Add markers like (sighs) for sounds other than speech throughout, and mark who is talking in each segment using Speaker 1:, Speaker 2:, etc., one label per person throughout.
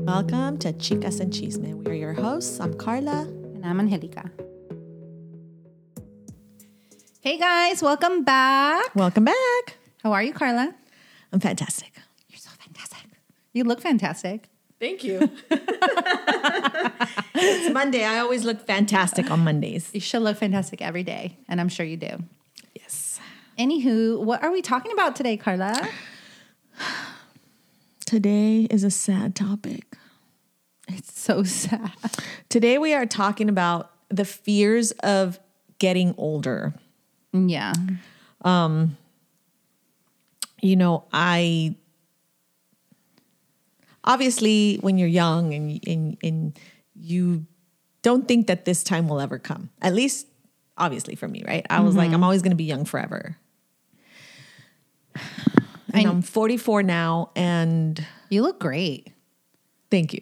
Speaker 1: to Chicas and Chisme. We are your hosts. I'm Carla.
Speaker 2: And I'm Angelica. Hey guys, welcome back.
Speaker 1: Welcome back.
Speaker 2: How are you, Carla?
Speaker 1: I'm fantastic.
Speaker 2: You're so fantastic. You look fantastic.
Speaker 1: Thank you. (laughs) it's Monday. I always look fantastic on Mondays.
Speaker 2: You should look fantastic every day, and I'm sure you do.
Speaker 1: Yes.
Speaker 2: Anywho, what are we talking about today, Carla?
Speaker 1: Today is a sad topic.
Speaker 2: It's so sad.
Speaker 1: Today we are talking about the fears of getting older.
Speaker 2: Yeah.
Speaker 1: you know, I obviously when you're young and and and you don't think that this time will ever come. At least obviously for me, right? I was like I'm always going to be young forever. And I'm 44 now and
Speaker 2: You look great.
Speaker 1: thank you.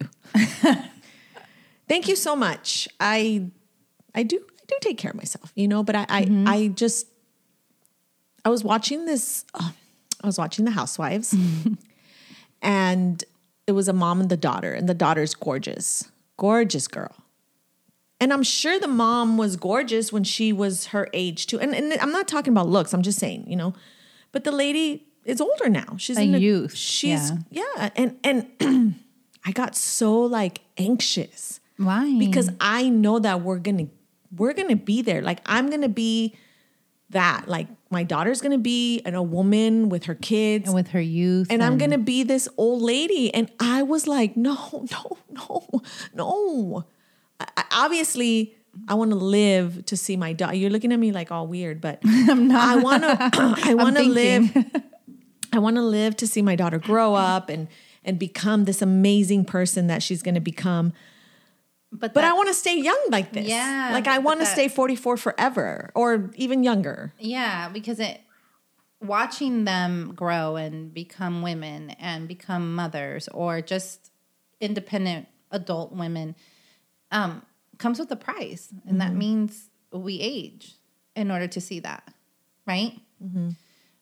Speaker 1: thank you so much. I I do I do take care of myself, you know, but I I,
Speaker 2: Mm-hmm.
Speaker 1: I just I was watching this. oh, I was watching The Housewives,
Speaker 2: Mm-hmm.
Speaker 1: and it was a mom and the daughter, and the daughter's gorgeous, gorgeous girl. And I'm sure the mom was gorgeous when she was her age too. And, and I'm not talking about looks. I'm just saying, you know, but the lady is older now. She's
Speaker 2: A
Speaker 1: in the-
Speaker 2: youth,
Speaker 1: She's yeah. And and (clears throat) I got so like anxious
Speaker 2: Why?
Speaker 1: because I know that we're gonna we're gonna be there. Like I'm gonna be that. Like my daughter's gonna be an, a woman with her kids,
Speaker 2: and
Speaker 1: and,
Speaker 2: with her youth.
Speaker 1: I'm gonna be this old lady. And I was like, no, (laughs) no, no, no. I, I- obviously, I want to live to see my daughter. You're looking at me like all weird, but I'm not. I want to. (clears throat) I want to live. I want to live to see my daughter grow up and and become this amazing person that she's going to become. But I want to stay young like this.
Speaker 2: Yeah,
Speaker 1: Like
Speaker 2: but-
Speaker 1: I
Speaker 2: but
Speaker 1: want to
Speaker 2: that-
Speaker 1: stay 44 forever or even younger.
Speaker 2: Yeah, because it watching them grow and become women and become mothers or just independent adult women um, comes with a price, and that means we age in order to see that, right?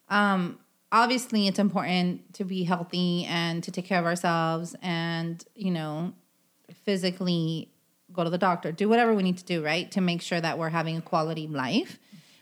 Speaker 2: Um, obviously, it's important to be healthy and to take care of ourselves, and you know, physically go to the doctor, do whatever we need to do, right, to make sure that we're having a quality life.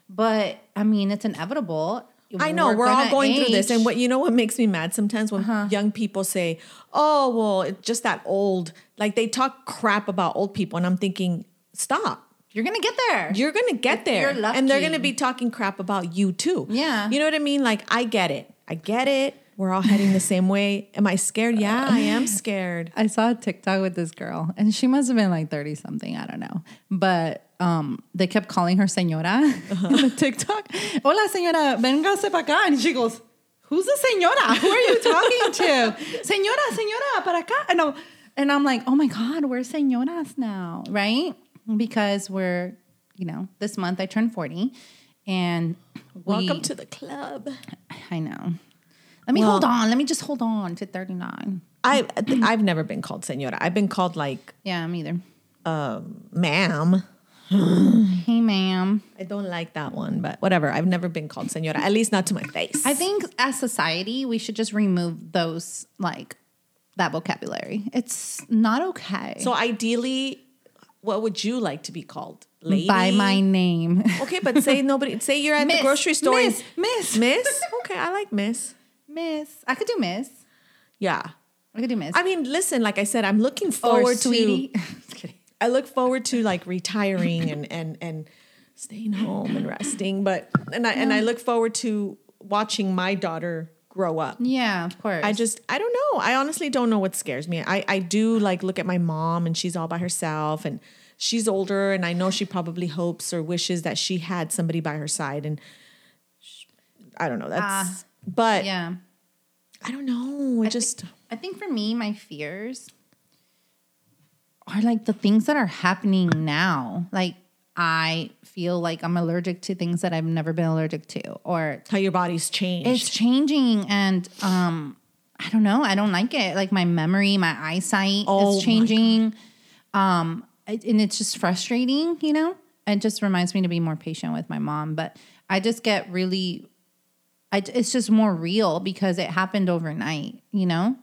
Speaker 2: But I mean, it's inevitable.
Speaker 1: I know we're, all
Speaker 2: gonna
Speaker 1: going through this and
Speaker 2: age. Uh-huh.
Speaker 1: what you know what makes me mad sometimes when young people say, "Oh, well, it's just that old." Like they talk crap about old people and I'm thinking, "Stop.
Speaker 2: you're gonna get there.
Speaker 1: You're going to get there."
Speaker 2: you're
Speaker 1: And they're
Speaker 2: lucky.
Speaker 1: going to be talking crap about you too.
Speaker 2: Yeah.
Speaker 1: You know what I mean? Like I get it. I get it. We're all heading the same way. Am I scared? Yeah, I am scared.
Speaker 2: I saw a TikTok with this girl, and she must have been like 30 something. I don't know. But um, they kept calling her senora
Speaker 1: Uh-huh.
Speaker 2: on the TikTok. Hola, senora, vengase para acá. And she goes, Who's the senora? Who are you talking to?
Speaker 1: (laughs)
Speaker 2: senora, senora, para acá. And I'm, and I'm like, Oh my God, we're senoras now, right? Because we're, you know, this month I turned 40, and we,
Speaker 1: Welcome to the club.
Speaker 2: I know. Let me hold on. Let me just hold on to 39.
Speaker 1: I I've never been called senora. I've been called like
Speaker 2: Yeah, me either.
Speaker 1: Um, ma'am.
Speaker 2: Hey, ma'am.
Speaker 1: I don't like that one, but whatever. I've never been called senora, at least not to my face.
Speaker 2: I think as society, we should just remove those like that vocabulary. It's not okay.
Speaker 1: so ideally, what would you like to be called? Lady?
Speaker 2: by my name.
Speaker 1: Okay, but say nobody say you're at (laughs) the
Speaker 2: Miss,
Speaker 1: grocery store. and-
Speaker 2: Miss, miss,
Speaker 1: Miss? Okay, I like miss.
Speaker 2: miss. I could do miss.
Speaker 1: Yeah.
Speaker 2: I could do miss.
Speaker 1: I mean, listen, like I said, I'm looking
Speaker 2: or
Speaker 1: forward to
Speaker 2: Oh, sweetie. Just kidding.
Speaker 1: I look forward to like retiring and and and staying home and resting, but and I and I look forward to watching my daughter grow up.
Speaker 2: (laughs) Yeah, of course.
Speaker 1: I just I don't know. I honestly don't know what scares me. I I do like look at my mom and she's all by herself and she's older and I know she probably hopes or wishes that she had somebody by her side and sh- I don't know. That's but
Speaker 2: Ah, yeah.
Speaker 1: I don't know. I, just
Speaker 2: I think for me, my fears are like the things that are happening now. Like I feel like I'm allergic to things that I've never been allergic to, or
Speaker 1: how your body's changed.
Speaker 2: it's changing and um i don't know i don't like it like my memory my eyesight
Speaker 1: Oh my
Speaker 2: is changing um it- and it's just frustrating you know it just reminds me to be more patient with my mom but i just get really I, it's just more real because it happened overnight you know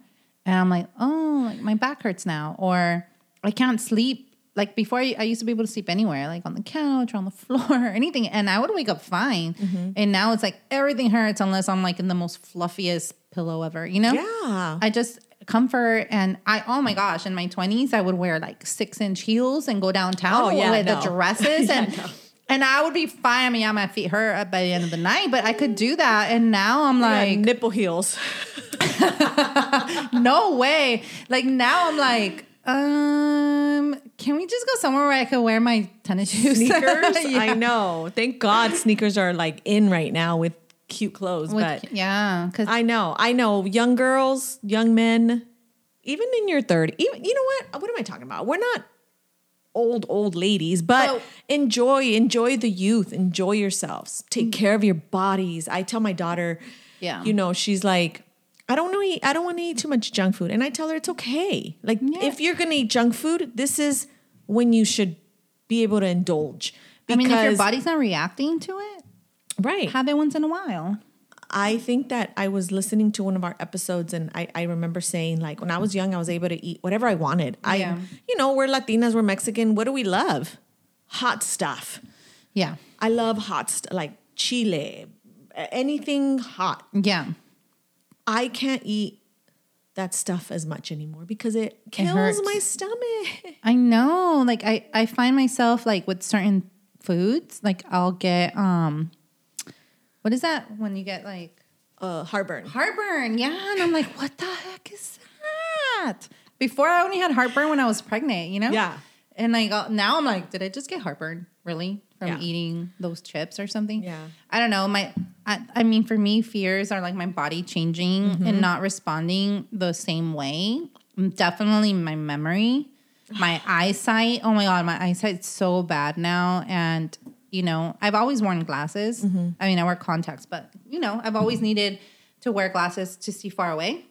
Speaker 2: and I'm like, oh, like my back hurts now, or I can't sleep. Like before, I, I used to be able to sleep anywhere, like on the couch, or on the (laughs) floor, or anything, and I would wake up fine. And now it's like everything hurts unless I'm like in the most fluffiest pillow ever, you know?
Speaker 1: Yeah.
Speaker 2: I just comfort and I oh my gosh, in my twenties I would wear like six inch heels and go downtown
Speaker 1: Oh, yeah,
Speaker 2: with
Speaker 1: no. (laughs)
Speaker 2: the dresses
Speaker 1: Yeah,
Speaker 2: and
Speaker 1: no.
Speaker 2: and I would be fine. I mean, yeah, my feet hurt uh, by the end of the night, but I could do that. And now I'm like,
Speaker 1: and nipple
Speaker 2: (laughs)
Speaker 1: heels. (laughs)
Speaker 2: no way. Like now I'm like, um, can we just go somewhere where I could wear my tennis shoes? (laughs)
Speaker 1: Sneakers.
Speaker 2: Yeah.
Speaker 1: I know. Thank God sneakers are like in right now with cute clothes.
Speaker 2: With-
Speaker 1: but
Speaker 2: yeah, because
Speaker 1: I know. I know. Young girls, young men, even in your 30, even you know what? What am I talking about? We're not old, old ladies, but
Speaker 2: Oh.
Speaker 1: enjoy, enjoy the youth, enjoy yourselves. Take care of your bodies. I tell my daughter,
Speaker 2: Mm. Yeah.
Speaker 1: you know, she's like, I don't know eat, I don't want to eat too much junk food. And I tell her it's okay. Like
Speaker 2: Yeah.
Speaker 1: if you're gonna eat junk food, this is when you should be able to indulge.
Speaker 2: I mean, if your
Speaker 1: Because-
Speaker 2: body's not reacting to it,
Speaker 1: right.
Speaker 2: have it once in a while.
Speaker 1: I think that I was listening to one of our episodes and I, I remember saying like when I was young I was able to eat whatever I wanted. I
Speaker 2: Yeah.
Speaker 1: you know, we're Latinas, we're Mexican. What do we love? Hot stuff.
Speaker 2: Yeah,
Speaker 1: I love hot stuff like chile, a- anything hot.
Speaker 2: yeah,
Speaker 1: I can't eat that stuff as much anymore because it
Speaker 2: hurts.
Speaker 1: kills my stomach.
Speaker 2: I know. Like I, I find myself like with certain foods, like I'll get um, what is that when you get like
Speaker 1: Uh heartburn.
Speaker 2: heartburn. Yeah. And I'm like, what the heck is that? Before I only had heartburn when I was pregnant, you know?
Speaker 1: Yeah.
Speaker 2: And like uh, now I'm like, did I just get heartburn really from
Speaker 1: Yeah.
Speaker 2: eating those chips or something?
Speaker 1: Yeah.
Speaker 2: I don't know. My, I, I mean, for me, fears are like my body changing and not responding the same way. Definitely my memory, my eyesight. Oh my God, my eyesight's so bad now. And, you know, I've always worn glasses. I mean, I wear contacts, but, you know, I've always needed to wear glasses to see far away.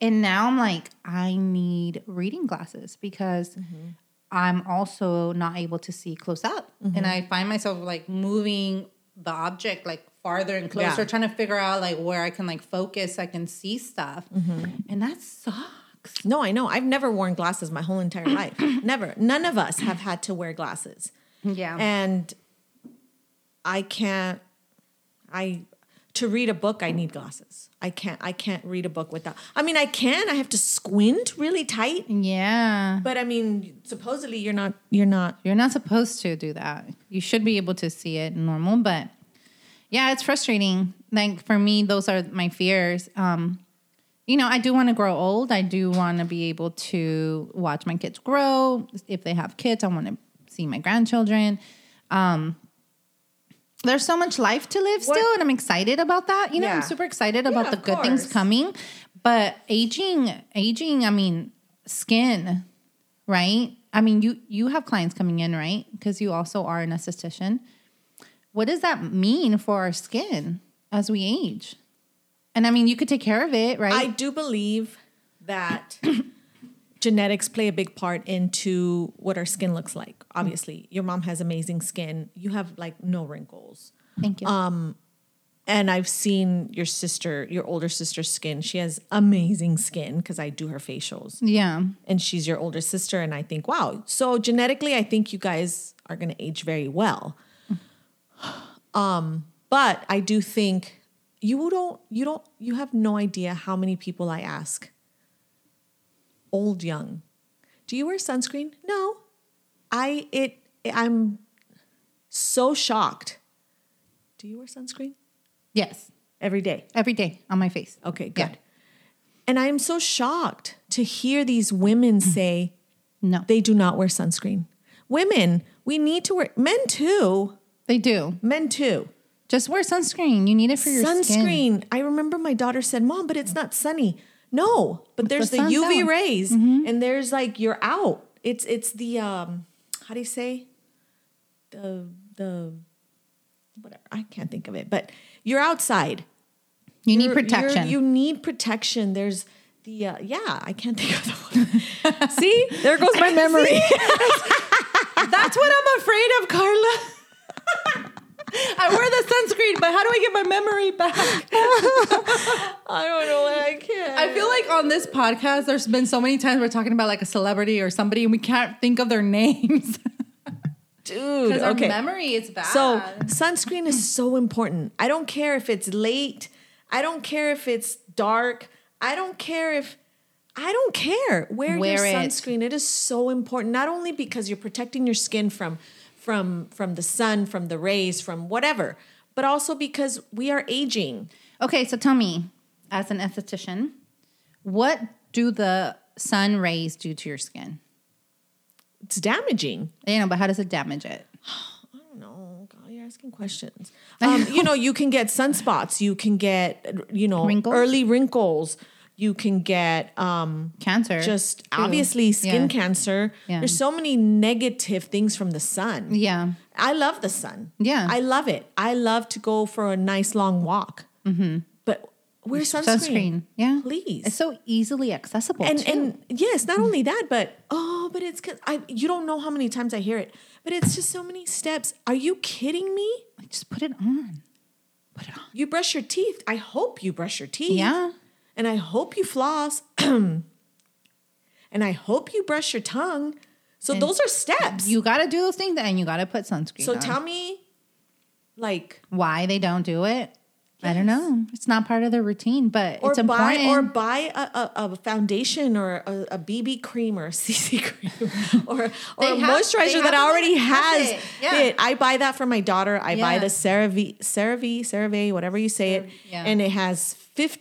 Speaker 2: And now I'm like, I need reading glasses because I'm also not able to see close up. And I find myself like moving the object like farther and closer,
Speaker 1: Yeah.
Speaker 2: trying to figure out like where I can like focus, I can see stuff. And that sucks.
Speaker 1: No, I know. I've never worn glasses my whole entire
Speaker 2: (clears throat)
Speaker 1: life. never. None of us have had to wear glasses.
Speaker 2: Yeah.
Speaker 1: and i can't i to read a book i need glasses i can't i can't read a book without i mean i can i have to squint really tight
Speaker 2: yeah.
Speaker 1: but i mean supposedly you're not you're not
Speaker 2: You're not supposed to do that. You should be able to see it normal, but yeah, it's frustrating. Like for me, those are my fears. Um, you know, I do want to grow old. I do want to be able to watch my kids grow. If they have kids, I want to see my grandchildren. Um, there's so much life to live
Speaker 1: What-
Speaker 2: still, and I'm excited about that. You know, I'm
Speaker 1: Yeah.
Speaker 2: super excited about
Speaker 1: Yeah,
Speaker 2: the
Speaker 1: of
Speaker 2: good things
Speaker 1: course.
Speaker 2: coming. But aging, aging, I mean, skin, right? I mean, you you have clients coming in, right? Because you also are an esthetician. What does that mean for our skin as we age? And I mean, you could take care of it, right?
Speaker 1: i do believe that (clears throat) genetics play a big part into what our skin looks like obviously your mom has amazing skin you have like no wrinkles
Speaker 2: Thank you.
Speaker 1: um, and I've seen your sister, your older sister's skin. She has amazing skin because I do her facials.
Speaker 2: yeah.
Speaker 1: and she's your older sister and i think wow so genetically i think you guys are going to age very well (sighs) um but i do think you don't you don't you have no idea how many people i ask old young do you wear sunscreen no i it i'm so shocked do you wear sunscreen
Speaker 2: Yes.
Speaker 1: every day
Speaker 2: Every day on my face.
Speaker 1: okay
Speaker 2: Yeah.
Speaker 1: good and i am so shocked to hear these women say
Speaker 2: No. They,
Speaker 1: they do not wear sunscreen. Women, we need to wear men too.
Speaker 2: do.
Speaker 1: Men too.
Speaker 2: Just wear sunscreen. You need it for your
Speaker 1: Sunscreen.
Speaker 2: skin.
Speaker 1: I remember my daughter said, "Mom, but it's not sunny." No, but there's the,
Speaker 2: sun's
Speaker 1: UV
Speaker 2: out. Mm-hmm.
Speaker 1: rays and there's like you're out. It's it's the um how do you say? The the whatever. I can't think of it, but you're outside.
Speaker 2: You
Speaker 1: You're-
Speaker 2: need
Speaker 1: you're-
Speaker 2: protection.
Speaker 1: You need protection. There's the uh, yeah, I can't think of the one. (laughs) See? There goes my (laughs) memory.
Speaker 2: That's what I'm afraid of, Carla.
Speaker 1: I wear (laughs) the sunscreen, but how do I get my memory back? I don't know why I can't.
Speaker 2: I feel like on this podcast, there's been so many times we're talking about like a celebrity or somebody, and we can't think of their (laughs) names
Speaker 1: Dude,
Speaker 2: because
Speaker 1: okay.
Speaker 2: our memory is bad.
Speaker 1: So sunscreen is so important. I don't care if it's late. I don't care if it's dark. I don't care if I don't care. Wear, your
Speaker 2: Wear it.
Speaker 1: sunscreen. it is so important. Not only because you're protecting your skin from from from the sun, from the rays, from whatever, but also because we are aging.
Speaker 2: Okay, so tell me, as an esthetician, what do the sun rays do to your skin?
Speaker 1: It's damaging. Oh,
Speaker 2: You know, but how does it damage it?
Speaker 1: No, God, you're asking questions. Um, you know, you can get sunspots. You can get, you know,
Speaker 2: Wrinkles?
Speaker 1: early wrinkles. You can get um,
Speaker 2: Cancer.
Speaker 1: just
Speaker 2: too.
Speaker 1: obviously skin
Speaker 2: Yeah.
Speaker 1: cancer.
Speaker 2: Yeah.
Speaker 1: There's so many negative things from the sun.
Speaker 2: Yeah.
Speaker 1: I love the sun.
Speaker 2: Yeah.
Speaker 1: I love it. I love to go for a nice long walk. Mm-hmm. But wear sunscreen.
Speaker 2: Sunscreen. Yeah.
Speaker 1: Please.
Speaker 2: It's so easily accessible.
Speaker 1: and
Speaker 2: too. Mm-hmm.
Speaker 1: and yes, not only that, but oh, but it's 'cause I you don't know how many times I hear it. But it's just so many steps. Are you kidding me?
Speaker 2: Like, just put it on. Put it on.
Speaker 1: You brush your teeth. I hope you brush your teeth.
Speaker 2: Yeah.
Speaker 1: And I hope you floss. (clears throat) and I hope you brush your tongue. So those are steps.
Speaker 2: You got to do those things and you got to put sunscreen
Speaker 1: so
Speaker 2: on.
Speaker 1: tell me, like,
Speaker 2: why they don't do it. I don't know. It's not part of their routine, but
Speaker 1: or
Speaker 2: it's
Speaker 1: buy
Speaker 2: important.
Speaker 1: or buy a, a, a foundation or a, a BB cream or a (laughs) CC cream or, or a
Speaker 2: They have-
Speaker 1: moisturizer
Speaker 2: they
Speaker 1: that
Speaker 2: have them
Speaker 1: already
Speaker 2: that have
Speaker 1: has
Speaker 2: it.
Speaker 1: it.
Speaker 2: Yeah.
Speaker 1: I buy that for my daughter. I buy
Speaker 2: Yeah.
Speaker 1: the CeraVe, CeraVe, CeraVe, whatever you say it,
Speaker 2: Yeah.
Speaker 1: and it has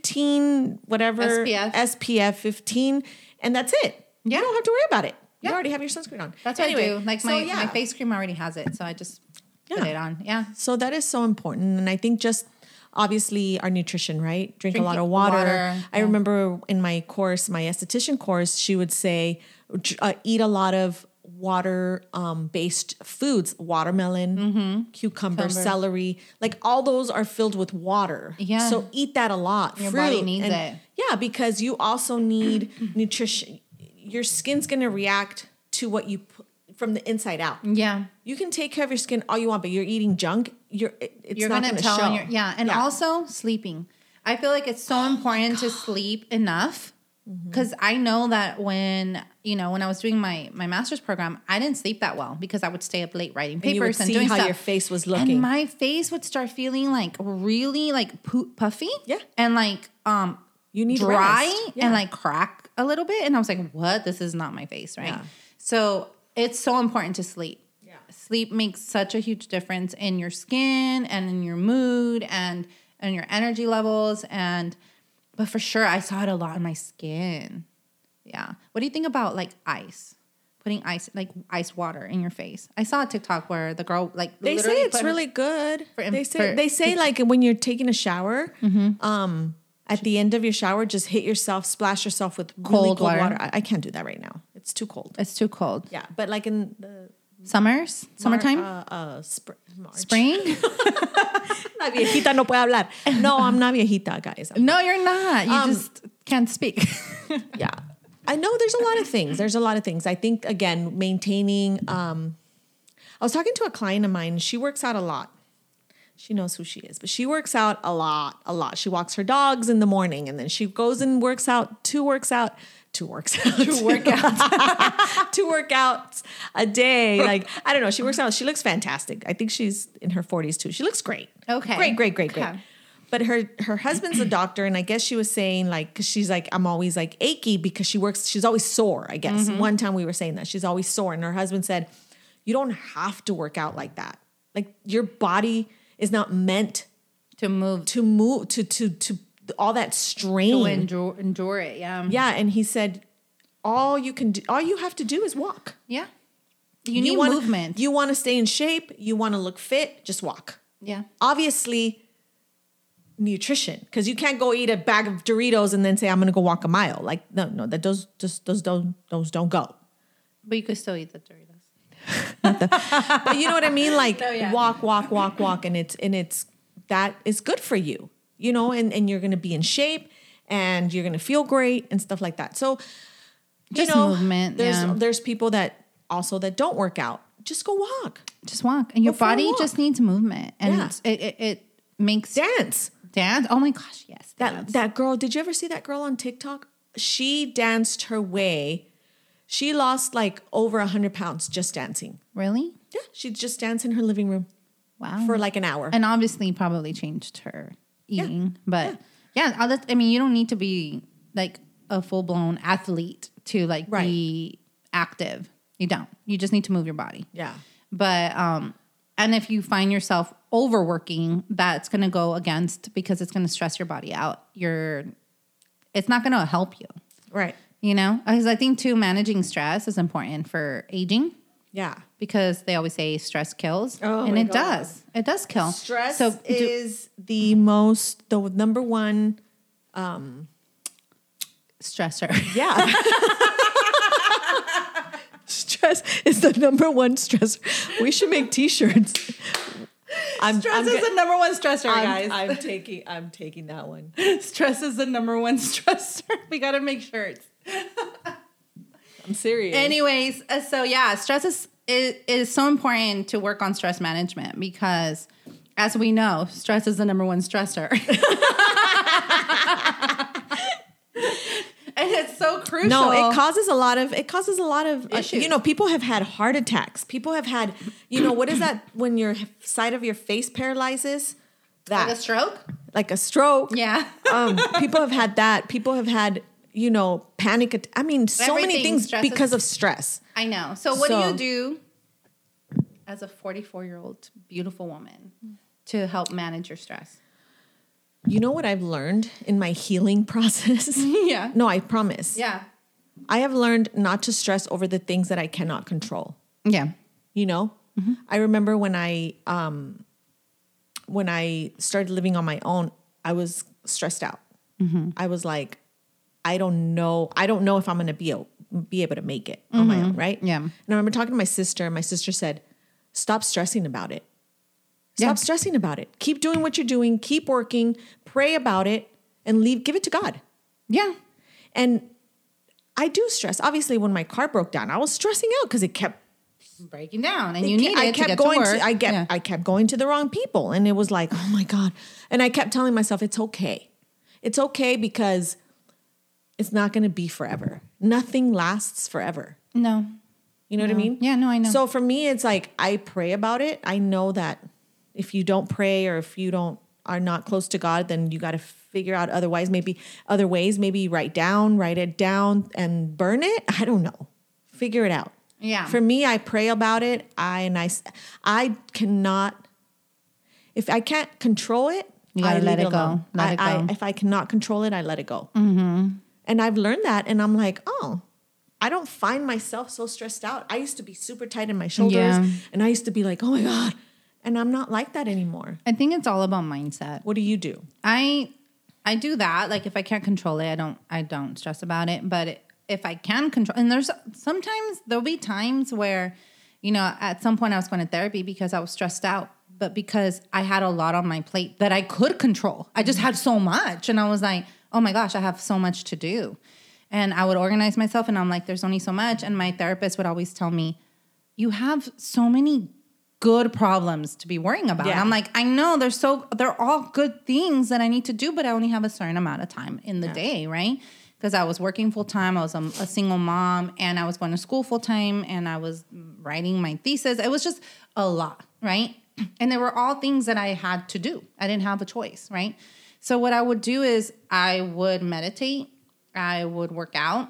Speaker 1: fifteen whatever
Speaker 2: SPF.
Speaker 1: SPF fifteen, and that's it.
Speaker 2: Yeah.
Speaker 1: You don't have to worry about it. You
Speaker 2: Yeah.
Speaker 1: already have your sunscreen on.
Speaker 2: That's what
Speaker 1: Anyway,
Speaker 2: I do. Like
Speaker 1: so
Speaker 2: my,
Speaker 1: yeah.
Speaker 2: my face cream already has it, so I just put
Speaker 1: Yeah.
Speaker 2: it on. Yeah.
Speaker 1: So that is so important. And I think just obviously our nutrition, right? Drink, a
Speaker 2: Drink
Speaker 1: lot of
Speaker 2: the
Speaker 1: water.
Speaker 2: water,
Speaker 1: I remember in my course, my esthetician course, she would say, "Dr- uh, eat a lot of water um, based foods, watermelon,
Speaker 2: Mm-hmm.
Speaker 1: cucumber, celery, like all those are filled with water.
Speaker 2: Yeah.
Speaker 1: So eat that a lot.
Speaker 2: Your body needs it.
Speaker 1: Yeah, because you also need nutrition. Your skin's going to react to what you put from the inside out.
Speaker 2: Yeah.
Speaker 1: You can take care of your skin all you want, but you're eating junk. You're it- it's
Speaker 2: you're
Speaker 1: not
Speaker 2: gonna,
Speaker 1: going to
Speaker 2: tell
Speaker 1: show. Oh
Speaker 2: on your yeah and also sleeping i feel like it's so important to sleep enough
Speaker 1: Mm-hmm.
Speaker 2: because i know that when you know when i was doing my my master's program i didn't sleep that well because i would stay up late writing
Speaker 1: And you would
Speaker 2: papers and,
Speaker 1: see
Speaker 2: doing
Speaker 1: how
Speaker 2: stuff
Speaker 1: your face was
Speaker 2: and
Speaker 1: looking.
Speaker 2: my face would start feeling like really like poo- puffy
Speaker 1: Yeah.
Speaker 2: and like um
Speaker 1: You need
Speaker 2: dry
Speaker 1: rest. Yeah.
Speaker 2: and like crack a little bit and i was like what this is not my face right
Speaker 1: Yeah.
Speaker 2: so it's so important to sleep
Speaker 1: Yeah.
Speaker 2: sleep makes such a huge difference in your skin and in your mood and and your energy levels and but for sure i saw it a lot on my skin yeah what do you think about like ice putting ice like ice water in your face i saw a tiktok where the girl like
Speaker 1: they say
Speaker 2: literally
Speaker 1: it's
Speaker 2: put-
Speaker 1: really good.
Speaker 2: for-
Speaker 1: they say
Speaker 2: for- Mm-hmm.
Speaker 1: they say like when you're taking a shower, um, at the end of your shower, just hit yourself, splash yourself with really cold
Speaker 2: Cold
Speaker 1: water.
Speaker 2: water.
Speaker 1: I, I can't do that right now. It's too cold.
Speaker 2: it's too cold
Speaker 1: Yeah, but like in the
Speaker 2: summers summertime
Speaker 1: Mar- uh, uh, spr- March. (laughs)
Speaker 2: (laughs) spring
Speaker 1: La viejita no puede hablar. No, I'm not viejita, guys.
Speaker 2: No, you're not. You
Speaker 1: Um,
Speaker 2: just can't speak. (laughs)
Speaker 1: yeah i know there's a lot of things there's a lot of things i think again maintaining um i was talking to a client of mine she works out a lot she knows who she is but she works out a lot a lot she walks her dogs in the morning and then she goes and works out two works out two works out two workouts (laughs) two workouts a day like i don't know she works out she looks fantastic i think she's in her 40s too she looks great
Speaker 2: Okay.
Speaker 1: great great great great
Speaker 2: Okay.
Speaker 1: but her her husband's a doctor and i guess she was saying like because she's like i'm always like achy because she works she's always sore i guess
Speaker 2: Mm-hmm.
Speaker 1: one time we were saying that she's always sore and her husband said you don't have to work out like that like your body is not meant
Speaker 2: to move,
Speaker 1: to
Speaker 2: to,
Speaker 1: move to to to all that strain
Speaker 2: endure, endure it. Yeah.
Speaker 1: yeah and he said all you can do all you have to do is walk
Speaker 2: Yeah. You need
Speaker 1: wanna-
Speaker 2: movement.
Speaker 1: you want to stay in shape you want to look fit just walk
Speaker 2: yeah.
Speaker 1: obviously nutrition because you can't go eat a bag of Doritos and then say I'm gonna go walk a mile. Like no, no, that those just those don't those don't go.
Speaker 2: But you could still eat the Doritos.
Speaker 1: But you know what I mean? Like
Speaker 2: No, yeah.
Speaker 1: walk, walk, walk, walk, and it's and it's that is good for you, you know, and and you're gonna be in shape and you're gonna feel great and stuff like that. So
Speaker 2: Just
Speaker 1: you know,
Speaker 2: movement,
Speaker 1: There's
Speaker 2: yeah.
Speaker 1: there's people that also that don't work out. Just go walk,
Speaker 2: Just walk. And your
Speaker 1: Go for a
Speaker 2: body
Speaker 1: walk.
Speaker 2: just needs movement. And
Speaker 1: Yeah.
Speaker 2: it's- it, it, it makes
Speaker 1: dance,
Speaker 2: Dance? Oh my gosh, yes.
Speaker 1: That
Speaker 2: dance.
Speaker 1: that girl, did you ever see that girl on TikTok? She danced her way. She lost like over a hundred pounds just dancing.
Speaker 2: really?
Speaker 1: Yeah, she'd just dance in her living room
Speaker 2: Wow.
Speaker 1: for like an hour.
Speaker 2: and obviously probably changed her eating. But yeah, I'll just- I mean, you don't need to be like a full blown athlete to like
Speaker 1: Right.
Speaker 2: be active. You don't. You just need to move your body.
Speaker 1: yeah.
Speaker 2: But um, and if you find yourself overworking, that's going to go against because it's going to stress your body out. You're, it's not going to help you.
Speaker 1: Right.
Speaker 2: You know, because I think too managing stress is important for aging
Speaker 1: Yeah.
Speaker 2: because they always say stress kills,
Speaker 1: Oh
Speaker 2: and
Speaker 1: my
Speaker 2: it
Speaker 1: God.
Speaker 2: does. It does kill.
Speaker 1: Stress
Speaker 2: So do-
Speaker 1: is the most the number one
Speaker 2: (laughs) stressor.
Speaker 1: Yeah. (laughs) stress is the number one stressor. We should make t-shirts. I'm, I'm get-
Speaker 2: the number one stressor,
Speaker 1: I'm, I'm taking I'm taking that one.
Speaker 2: (laughs) Stress is the number one (laughs) stressor. We got to make shirts.
Speaker 1: I'm serious.
Speaker 2: Anyways, uh, so yeah, stress is, is is so important to work on stress management because, as we know, stress is the number one (laughs) stressor. and it's so crucial.
Speaker 1: no, it causes a lot of it causes a lot of uh,
Speaker 2: Issues.
Speaker 1: you know people have had heart attacks. People have had you know what is that when your side of your face paralyzes that
Speaker 2: like a stroke.
Speaker 1: like a stroke.
Speaker 2: Yeah.
Speaker 1: um, people have had that. People have had, you know, panic. At- I mean, so many
Speaker 2: Everything
Speaker 1: things
Speaker 2: stresses-
Speaker 1: because of stress.
Speaker 2: I know. So what
Speaker 1: So-
Speaker 2: do you do as a 44-year-old beautiful woman to help manage your stress?
Speaker 1: You know what I've learned in my healing (laughs) process?
Speaker 2: (laughs) yeah.
Speaker 1: no, I promise.
Speaker 2: Yeah.
Speaker 1: I have learned not to stress over the things that I cannot control.
Speaker 2: Yeah.
Speaker 1: You know,
Speaker 2: Mm-hmm.
Speaker 1: I remember when I um, when I started living on my own, I was stressed out.
Speaker 2: Mm-hmm.
Speaker 1: I was like, I don't know, I don't know if I'm gonna be able, be able to make it on my own, right?
Speaker 2: Mm-hmm. Yeah.
Speaker 1: And I remember talking to my sister, and my sister said, "Stop stressing about it. Stop
Speaker 2: Yeah.
Speaker 1: stressing about it. Keep doing what you're doing. Keep working. Pray about it, and leave. Give it to God."
Speaker 2: Yeah.
Speaker 1: And I do stress. Obviously, when my car broke down, I was stressing out because it kept
Speaker 2: Breaking down and you
Speaker 1: it
Speaker 2: need
Speaker 1: ke- I
Speaker 2: it
Speaker 1: kept
Speaker 2: to get
Speaker 1: going
Speaker 2: to work.
Speaker 1: I kept
Speaker 2: Yeah.
Speaker 1: I kept going to the wrong people, and it was like, oh my god. And I kept telling myself, it's okay, it's okay because it's not going to be forever. Nothing lasts forever.
Speaker 2: no.
Speaker 1: You know what I mean?
Speaker 2: Yeah, no, I know.
Speaker 1: So for me, it's like I pray about it. I know that if you don't pray or if you don't are not close to God, then you got to figure out otherwise. Maybe other ways. Maybe write down, write it down, and burn it. I don't know. Figure it out.
Speaker 2: Yeah.
Speaker 1: For me, I pray about it. I and I, s- I cannot. If I can't control it,
Speaker 2: You
Speaker 1: I
Speaker 2: gotta let
Speaker 1: leave
Speaker 2: it go.
Speaker 1: alone.
Speaker 2: Let
Speaker 1: I,
Speaker 2: it
Speaker 1: I-
Speaker 2: go. Mm-hmm.
Speaker 1: if I cannot control it, I let it go. And I've learned that, and I'm like, oh, I don't find myself so stressed out. I used to be super tight in my shoulders,
Speaker 2: Yeah.
Speaker 1: and I used to be like, oh my god, and I'm not like that anymore.
Speaker 2: I think it's all about mindset.
Speaker 1: What do you do?
Speaker 2: I I do that. Like if I can't control it, I don't I don't stress about it. But if I can control, and there's sometimes there'll be times where, you know, at some point I was going to therapy because I was stressed out, but because I had a lot on my plate that I could control. I just had so much, and I was like, oh my gosh, I have so much to do, and I would organize myself, and I'm like, there's only so much, and my therapist would always tell me, you have so many good problems to be worrying about.
Speaker 1: Yeah.
Speaker 2: I'm like, I know they're so they're all good things that I need to do, but I only have a certain amount of time in the day, right? Because I was working full time, I was a, a single mom, and I was going to school full time, and I was writing my thesis. It was just a lot, right? (clears throat) And they were all things that I had to do. I didn't have a choice, right? So what I would do is I would meditate, I would work out,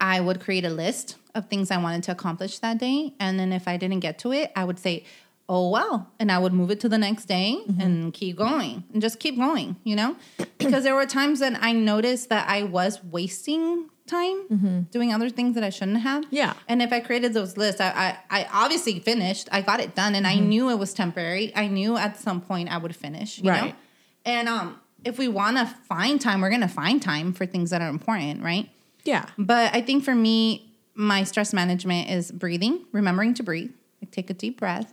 Speaker 2: I would create a list of things I wanted to accomplish that day. And then if I didn't get to it, I would say, oh, well. And I would move it to the next day
Speaker 1: Mm-hmm.
Speaker 2: and keep going and just keep going, you know? (clears throat) because there were times that I noticed that I was wasting time doing other things that I shouldn't have.
Speaker 1: Mm-hmm. Yeah.
Speaker 2: And if I created those lists, I, I, I obviously finished, I got it done, and
Speaker 1: Mm-hmm.
Speaker 2: I knew it was temporary. I knew at some point I would finish, you know?
Speaker 1: Right.
Speaker 2: And um, if we want to find time, we're going to find time for things that are important, right?
Speaker 1: Yeah,
Speaker 2: But I think for me, my stress management is breathing, remembering to breathe, like take a deep breath,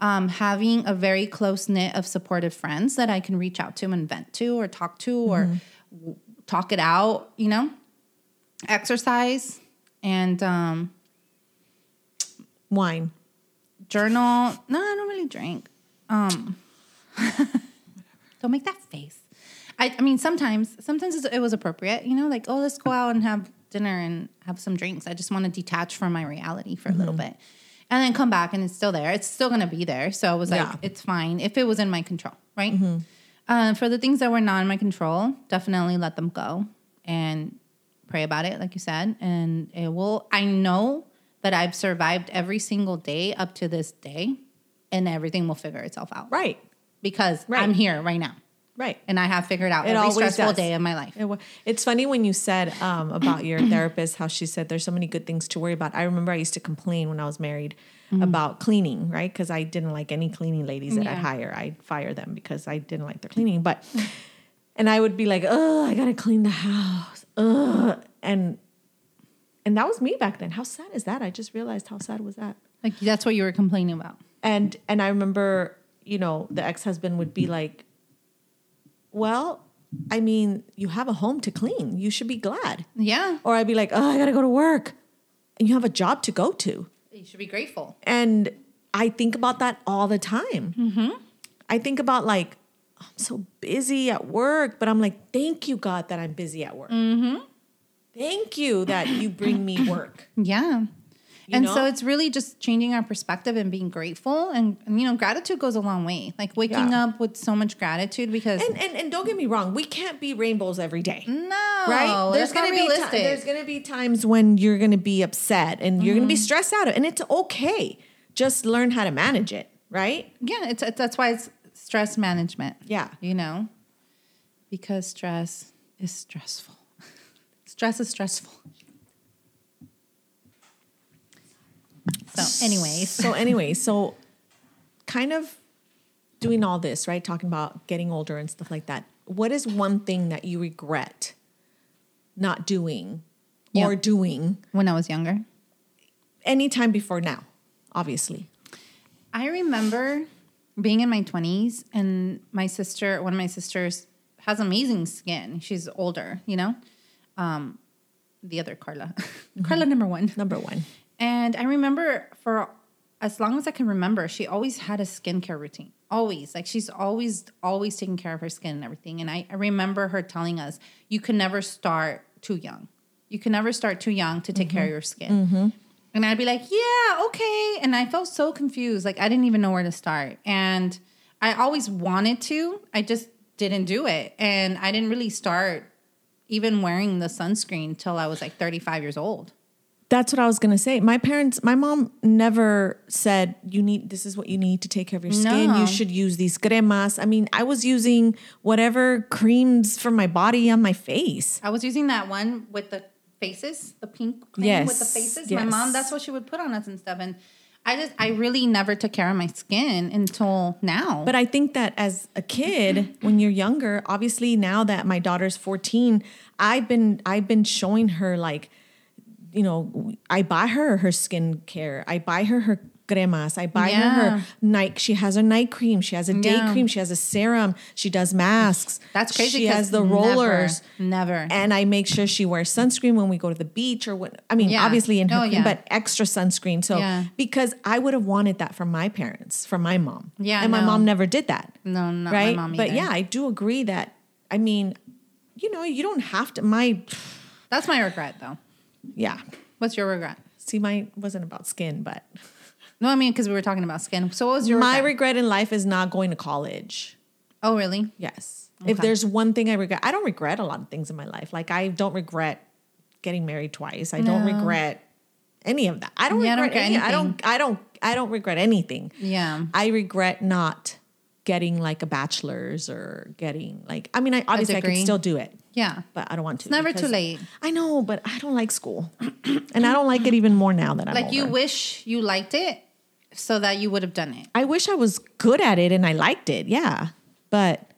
Speaker 2: um, having a very close knit of supportive friends that I can reach out to and vent to or talk to or w- talk it out, you know, exercise and um,
Speaker 1: wine.
Speaker 2: journal. No, I don't really drink. Um, (laughs) Don't make that face. I, I mean, sometimes, sometimes it's- it was appropriate, you know, like, oh, let's go out and have dinner and have some drinks. I just want to detach from my reality for a little bit. And then come back and it's still there. It's still going to be there. So it was like,
Speaker 1: Yeah.
Speaker 2: it's fine if it was in my control, right?
Speaker 1: Mm-hmm.
Speaker 2: Uh, for the things that were not in my control, definitely let them go and pray about it, like you said. And it will, I know that I've survived every single day up to this day and everything will figure itself out
Speaker 1: Right.
Speaker 2: because
Speaker 1: Right.
Speaker 2: I'm here right now
Speaker 1: Right.
Speaker 2: and I have figured out
Speaker 1: It
Speaker 2: every
Speaker 1: always
Speaker 2: stressful
Speaker 1: does.
Speaker 2: day of my life.
Speaker 1: It wa- It's funny when you said um, about
Speaker 2: (clears throat)
Speaker 1: your therapist how she said there's so many good things to worry about. I remember I used to complain when I was married about cleaning, right? Because I didn't like any cleaning ladies that I'd
Speaker 2: Mm. Yeah.
Speaker 1: hire. I'd fire them because I didn't like their cleaning. But and I would be like, oh, I gotta clean the house, Ugh. and and that was me back then. How sad is that? I just realized how sad was that
Speaker 2: Like that's what you were complaining about.
Speaker 1: and and i remember you know the ex-husband would be like well i mean you have a home to clean you should be glad
Speaker 2: Yeah.
Speaker 1: or i'd be like oh i gotta go to work and you have a job to go to
Speaker 2: You should be grateful.
Speaker 1: and i think about that all the time i think about like i'm so busy at work but i'm like thank you god that i'm busy at work thank you that you bring me work
Speaker 2: Yeah. and
Speaker 1: know?
Speaker 2: so it's really just changing our perspective and being grateful and, and, you know gratitude goes a long way. Like waking
Speaker 1: Yeah.
Speaker 2: up with so much gratitude because
Speaker 1: and, and and don't get me wrong we can't be rainbows every day
Speaker 2: no,
Speaker 1: right?
Speaker 2: There's
Speaker 1: gonna
Speaker 2: gonna
Speaker 1: be ti-
Speaker 2: realistic.
Speaker 1: there's gonna be times when you're gonna be upset and you're
Speaker 2: Mm-hmm.
Speaker 1: gonna be stressed out, and it's okay. Just learn how to manage it, right?
Speaker 2: yeah, it's, it's that's why it's stress management.
Speaker 1: Yeah.
Speaker 2: you know, because stress is stressful. (laughs) stress is stressful. So, anyways,
Speaker 1: So anyway, so kind of doing all this, right? Talking about getting older and stuff like that. What is one thing that you regret not doing
Speaker 2: Yeah.
Speaker 1: or doing
Speaker 2: when I was younger,
Speaker 1: anytime before now? Obviously,
Speaker 2: I remember being in my 20s and my sister, one of my sisters has amazing skin. She's older, you know? Um, the other Carla. (laughs) Carla number one.
Speaker 1: number one.
Speaker 2: And I remember for as long as I can remember, she always had a skincare routine. Always. Like she's always, always taking care of her skin and everything. And I, I remember her telling us, you can never start too young. You can never start too young to take care of your skin. And I'd be like, yeah, okay. And I felt so confused. Like I didn't even know where to start. And I always wanted to, I just didn't do it. And I didn't really start even wearing the sunscreen till I was like 35 years old.
Speaker 1: That's what I was gonna say. My parents, my mom never said you need this is what you need to take care of your skin.
Speaker 2: No.
Speaker 1: You should use these cremas. I mean, I was using whatever creams for my body on my face.
Speaker 2: I was using that one with the faces, the pink cream with the
Speaker 1: Yes,
Speaker 2: faces. My
Speaker 1: yes.
Speaker 2: mom, that's what she would put on us and stuff. And I just, I really never took care of my skin until now. Mm-hmm.
Speaker 1: But I think that as a kid, when you're younger, obviously now that my daughter's 14, I've been I've been showing her like, you know, I buy her her skincare. I buy her her cremas. I buy her
Speaker 2: Yeah.
Speaker 1: her night. She has a night cream. She has a day
Speaker 2: Yeah.
Speaker 1: cream. She has a serum. She does masks.
Speaker 2: that's crazy.
Speaker 1: She
Speaker 2: 'cause
Speaker 1: has the
Speaker 2: never,
Speaker 1: rollers.
Speaker 2: Never.
Speaker 1: And I make sure she wears sunscreen when we go to the beach or what. I mean,
Speaker 2: Yeah.
Speaker 1: obviously in her
Speaker 2: Oh,
Speaker 1: cream,
Speaker 2: yeah.
Speaker 1: but extra sunscreen. So
Speaker 2: Yeah.
Speaker 1: because I would have wanted that from my parents, from my mom.
Speaker 2: Yeah,
Speaker 1: and my
Speaker 2: no.
Speaker 1: mom never did that.
Speaker 2: no, not
Speaker 1: right.
Speaker 2: my mom either.
Speaker 1: but yeah, I do agree that. I mean, you know, you don't have to. My
Speaker 2: That's my regret though.
Speaker 1: yeah.
Speaker 2: What's your regret?
Speaker 1: See, mine wasn't about skin, but
Speaker 2: No, I mean, because we were talking about skin. So what was your
Speaker 1: my
Speaker 2: regret?
Speaker 1: regret in life is not going to college.
Speaker 2: oh, really?
Speaker 1: Yes. If
Speaker 2: Okay.
Speaker 1: there's one thing I regret, I don't regret a lot of things in my life. Like I don't regret getting married twice. I don't regret any of that. I don't
Speaker 2: Yeah, I don't
Speaker 1: regret
Speaker 2: regret
Speaker 1: any, I don't I don't I don't regret anything.
Speaker 2: Yeah.
Speaker 1: I regret not getting like a bachelor's or getting like I mean I obviously I can
Speaker 2: degree.
Speaker 1: still do it,
Speaker 2: Yeah.
Speaker 1: but I don't want to. It's
Speaker 2: never too late.
Speaker 1: I know, but I don't like school. (clears throat) and I don't like it even more now that I'm
Speaker 2: Like you
Speaker 1: older.
Speaker 2: wish you liked it so that you would have done it.
Speaker 1: I wish I was good at it and I liked it. Yeah. But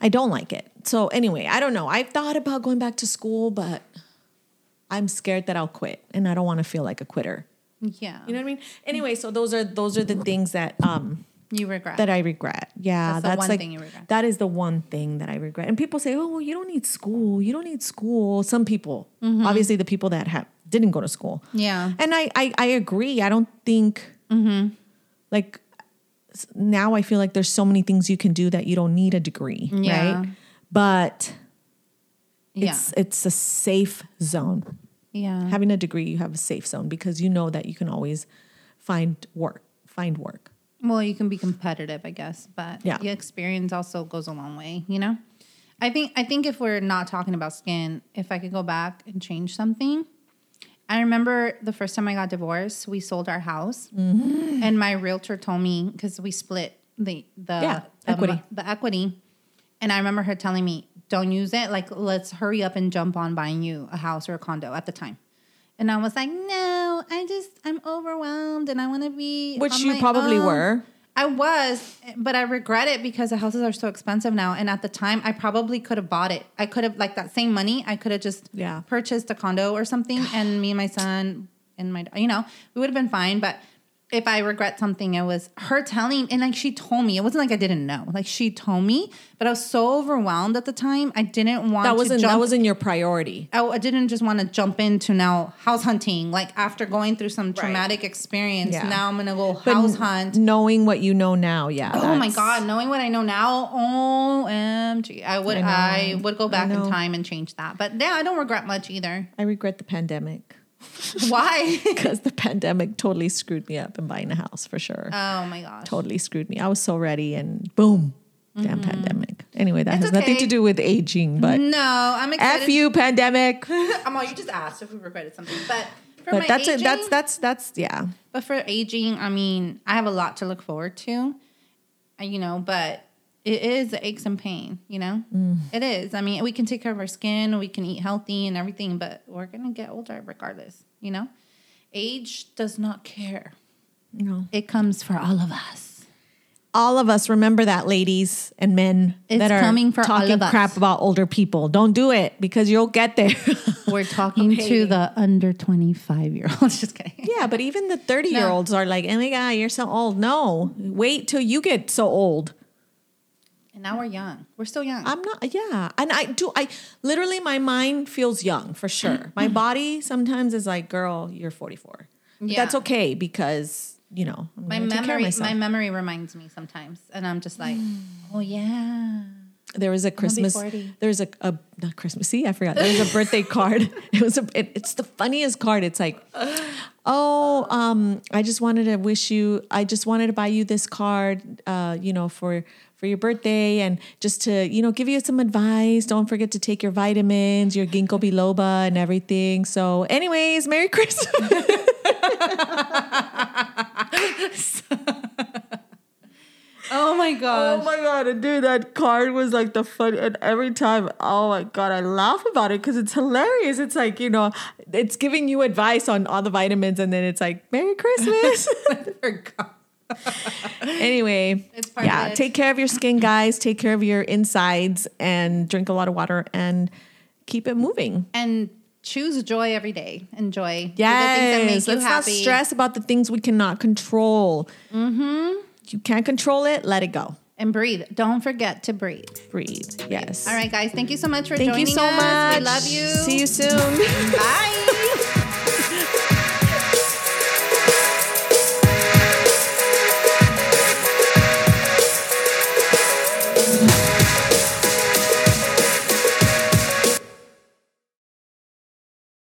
Speaker 1: I don't like it. So anyway, I don't know. I've thought about going back to school, but I'm scared that I'll quit and I don't want to feel like a quitter.
Speaker 2: Yeah.
Speaker 1: You know what I mean? Anyway, so those are those are the things that um
Speaker 2: You regret.
Speaker 1: that I regret. Yeah,
Speaker 2: That's
Speaker 1: that's,
Speaker 2: the one
Speaker 1: like
Speaker 2: thing you regret.
Speaker 1: that is the one thing that I regret. And people say, "Oh, well, you don't need school. You don't need school." Some people,
Speaker 2: Mm-hmm.
Speaker 1: obviously, the people that have didn't go to school.
Speaker 2: Yeah. Mm-hmm.
Speaker 1: and I I, I agree. I don't think like now I feel like there's so many things you can do that you don't need a degree,
Speaker 2: Yeah.
Speaker 1: right? But
Speaker 2: Yeah. Mm-hmm.
Speaker 1: it's it's a safe zone.
Speaker 2: yeah.
Speaker 1: Having a degree, you have a safe zone because you know that you can always find work, find work.
Speaker 2: Well, you can be competitive, I guess, but
Speaker 1: Yeah.
Speaker 2: your experience also goes a long way, you know? I think I think if we're not talking about skin, if I could go back and change something. I remember the first time I got divorced, we sold our house
Speaker 1: Mm-hmm.
Speaker 2: and my realtor told me cuz we split the the
Speaker 1: Yeah,
Speaker 2: the,
Speaker 1: equity.
Speaker 2: mo- the equity and I remember her telling me, "Don't use it. Like let's hurry up and jump on buying you a house or a condo at the time." And I was like, "No, I just I'm overwhelmed and I want to be
Speaker 1: Which
Speaker 2: on
Speaker 1: you
Speaker 2: my
Speaker 1: probably
Speaker 2: own."
Speaker 1: were.
Speaker 2: um, I was, but I regret it because the houses are so expensive now. And at the time, I probably could have bought it. I could have, like, that same money, I could have just
Speaker 1: Yeah.
Speaker 2: purchased a condo or something.
Speaker 1: (sighs)
Speaker 2: And me and my son and my, you know, we would have been fine. But if I regret something, it was her telling, and like she told me, it wasn't like I didn't know. Like she told me, but I was so overwhelmed at the time. I didn't want
Speaker 1: That
Speaker 2: to
Speaker 1: wasn't
Speaker 2: jump
Speaker 1: that wasn't your priority.
Speaker 2: I, I didn't just want to jump into now house hunting. Like after going through some traumatic experience,
Speaker 1: Yeah.
Speaker 2: now I'm gonna go
Speaker 1: But
Speaker 2: house hunt.
Speaker 1: knowing what you know now, yeah.
Speaker 2: Oh my
Speaker 1: that's-
Speaker 2: god! Knowing what I know now, OMG, I would I,
Speaker 1: I
Speaker 2: would go back
Speaker 1: I
Speaker 2: in
Speaker 1: know.
Speaker 2: time and change that. But yeah, I don't regret much either. (laughs)
Speaker 1: I regret the pandemic (laughs)
Speaker 2: Why?
Speaker 1: because the pandemic totally screwed me up in buying a house for sure.
Speaker 2: oh my gosh!
Speaker 1: totally screwed me. I was so ready and boom, damn pandemic. Anyway, that
Speaker 2: Mm-hmm. It's
Speaker 1: has nothing
Speaker 2: okay. Mm-hmm.
Speaker 1: to do with aging, but
Speaker 2: No, I'm excited.
Speaker 1: F you pandemic.
Speaker 2: (laughs) I'm all, you just asked if we regretted something, but for my
Speaker 1: But that's
Speaker 2: aging,
Speaker 1: it. That's that's that's yeah.
Speaker 2: But for aging, I mean, I have a lot to look forward to, uh, you know, but it is aches and pain, you know? It is. I mean, we can take care of our skin, we can eat healthy and everything, but we're going to get older regardless, you know? Age does not care.
Speaker 1: No.
Speaker 2: It comes for all of us.
Speaker 1: All of us remember that, ladies and men
Speaker 2: It's
Speaker 1: that are
Speaker 2: coming for all
Speaker 1: talking
Speaker 2: of us.
Speaker 1: crap about older people. Don't do it because you'll get there. (laughs)
Speaker 2: We're (laughs) talking to the under 25 year olds. (laughs) Just kidding.
Speaker 1: yeah, but even the thirty year olds are like, "Oh my god, you're so old." No, wait till you get so old.
Speaker 2: And now we're young. We're still young.
Speaker 1: I'm not, yeah. And I do, I literally, my mind feels young for
Speaker 2: (clears throat)
Speaker 1: sure. my body sometimes is like, girl, you're 44. But
Speaker 2: Yeah.
Speaker 1: That's okay because, you know, I'm
Speaker 2: my
Speaker 1: gonna take care of
Speaker 2: memory,
Speaker 1: myself.
Speaker 2: my memory reminds me sometimes, and I'm just like, oh yeah.
Speaker 1: there was a Christmas,
Speaker 2: 40.
Speaker 1: there's a, a, not Christmas, see, I forgot. There was a birthday (laughs) card. It was a, it, it's the funniest card. It's like, oh, um, I just wanted to wish you, I just wanted to buy you this card, uh, you know, for, for your birthday and just to, you know, give you some advice. Don't forget to take your vitamins, your ginkgo biloba and everything. So anyways, Merry Christmas.
Speaker 2: Oh my gosh.
Speaker 1: Oh my god, dude, that card was like the fun, and every time, oh my god, I laugh about it because it's hilarious. It's like you know, it's giving you advice on all the vitamins, and then it's like Merry Christmas. (laughs) anyway,
Speaker 2: It's part of
Speaker 1: yeah,
Speaker 2: it.
Speaker 1: take care of your skin, guys. Take care of your insides, and drink a lot of water, and keep it moving.
Speaker 2: and choose joy every day. Enjoy. Do the things
Speaker 1: Yes,
Speaker 2: that make
Speaker 1: let's
Speaker 2: you
Speaker 1: not
Speaker 2: happy.
Speaker 1: stress about the things we cannot control. Mm-hmm. You can't control it. Let it go.
Speaker 2: and breathe. Don't forget to breathe.
Speaker 1: Breathe. Yes.
Speaker 2: All right, guys. Thank you so much for
Speaker 1: Thank
Speaker 2: joining
Speaker 1: you so
Speaker 2: us.
Speaker 1: much.
Speaker 2: We love you.
Speaker 1: See you soon.
Speaker 2: (laughs) Bye.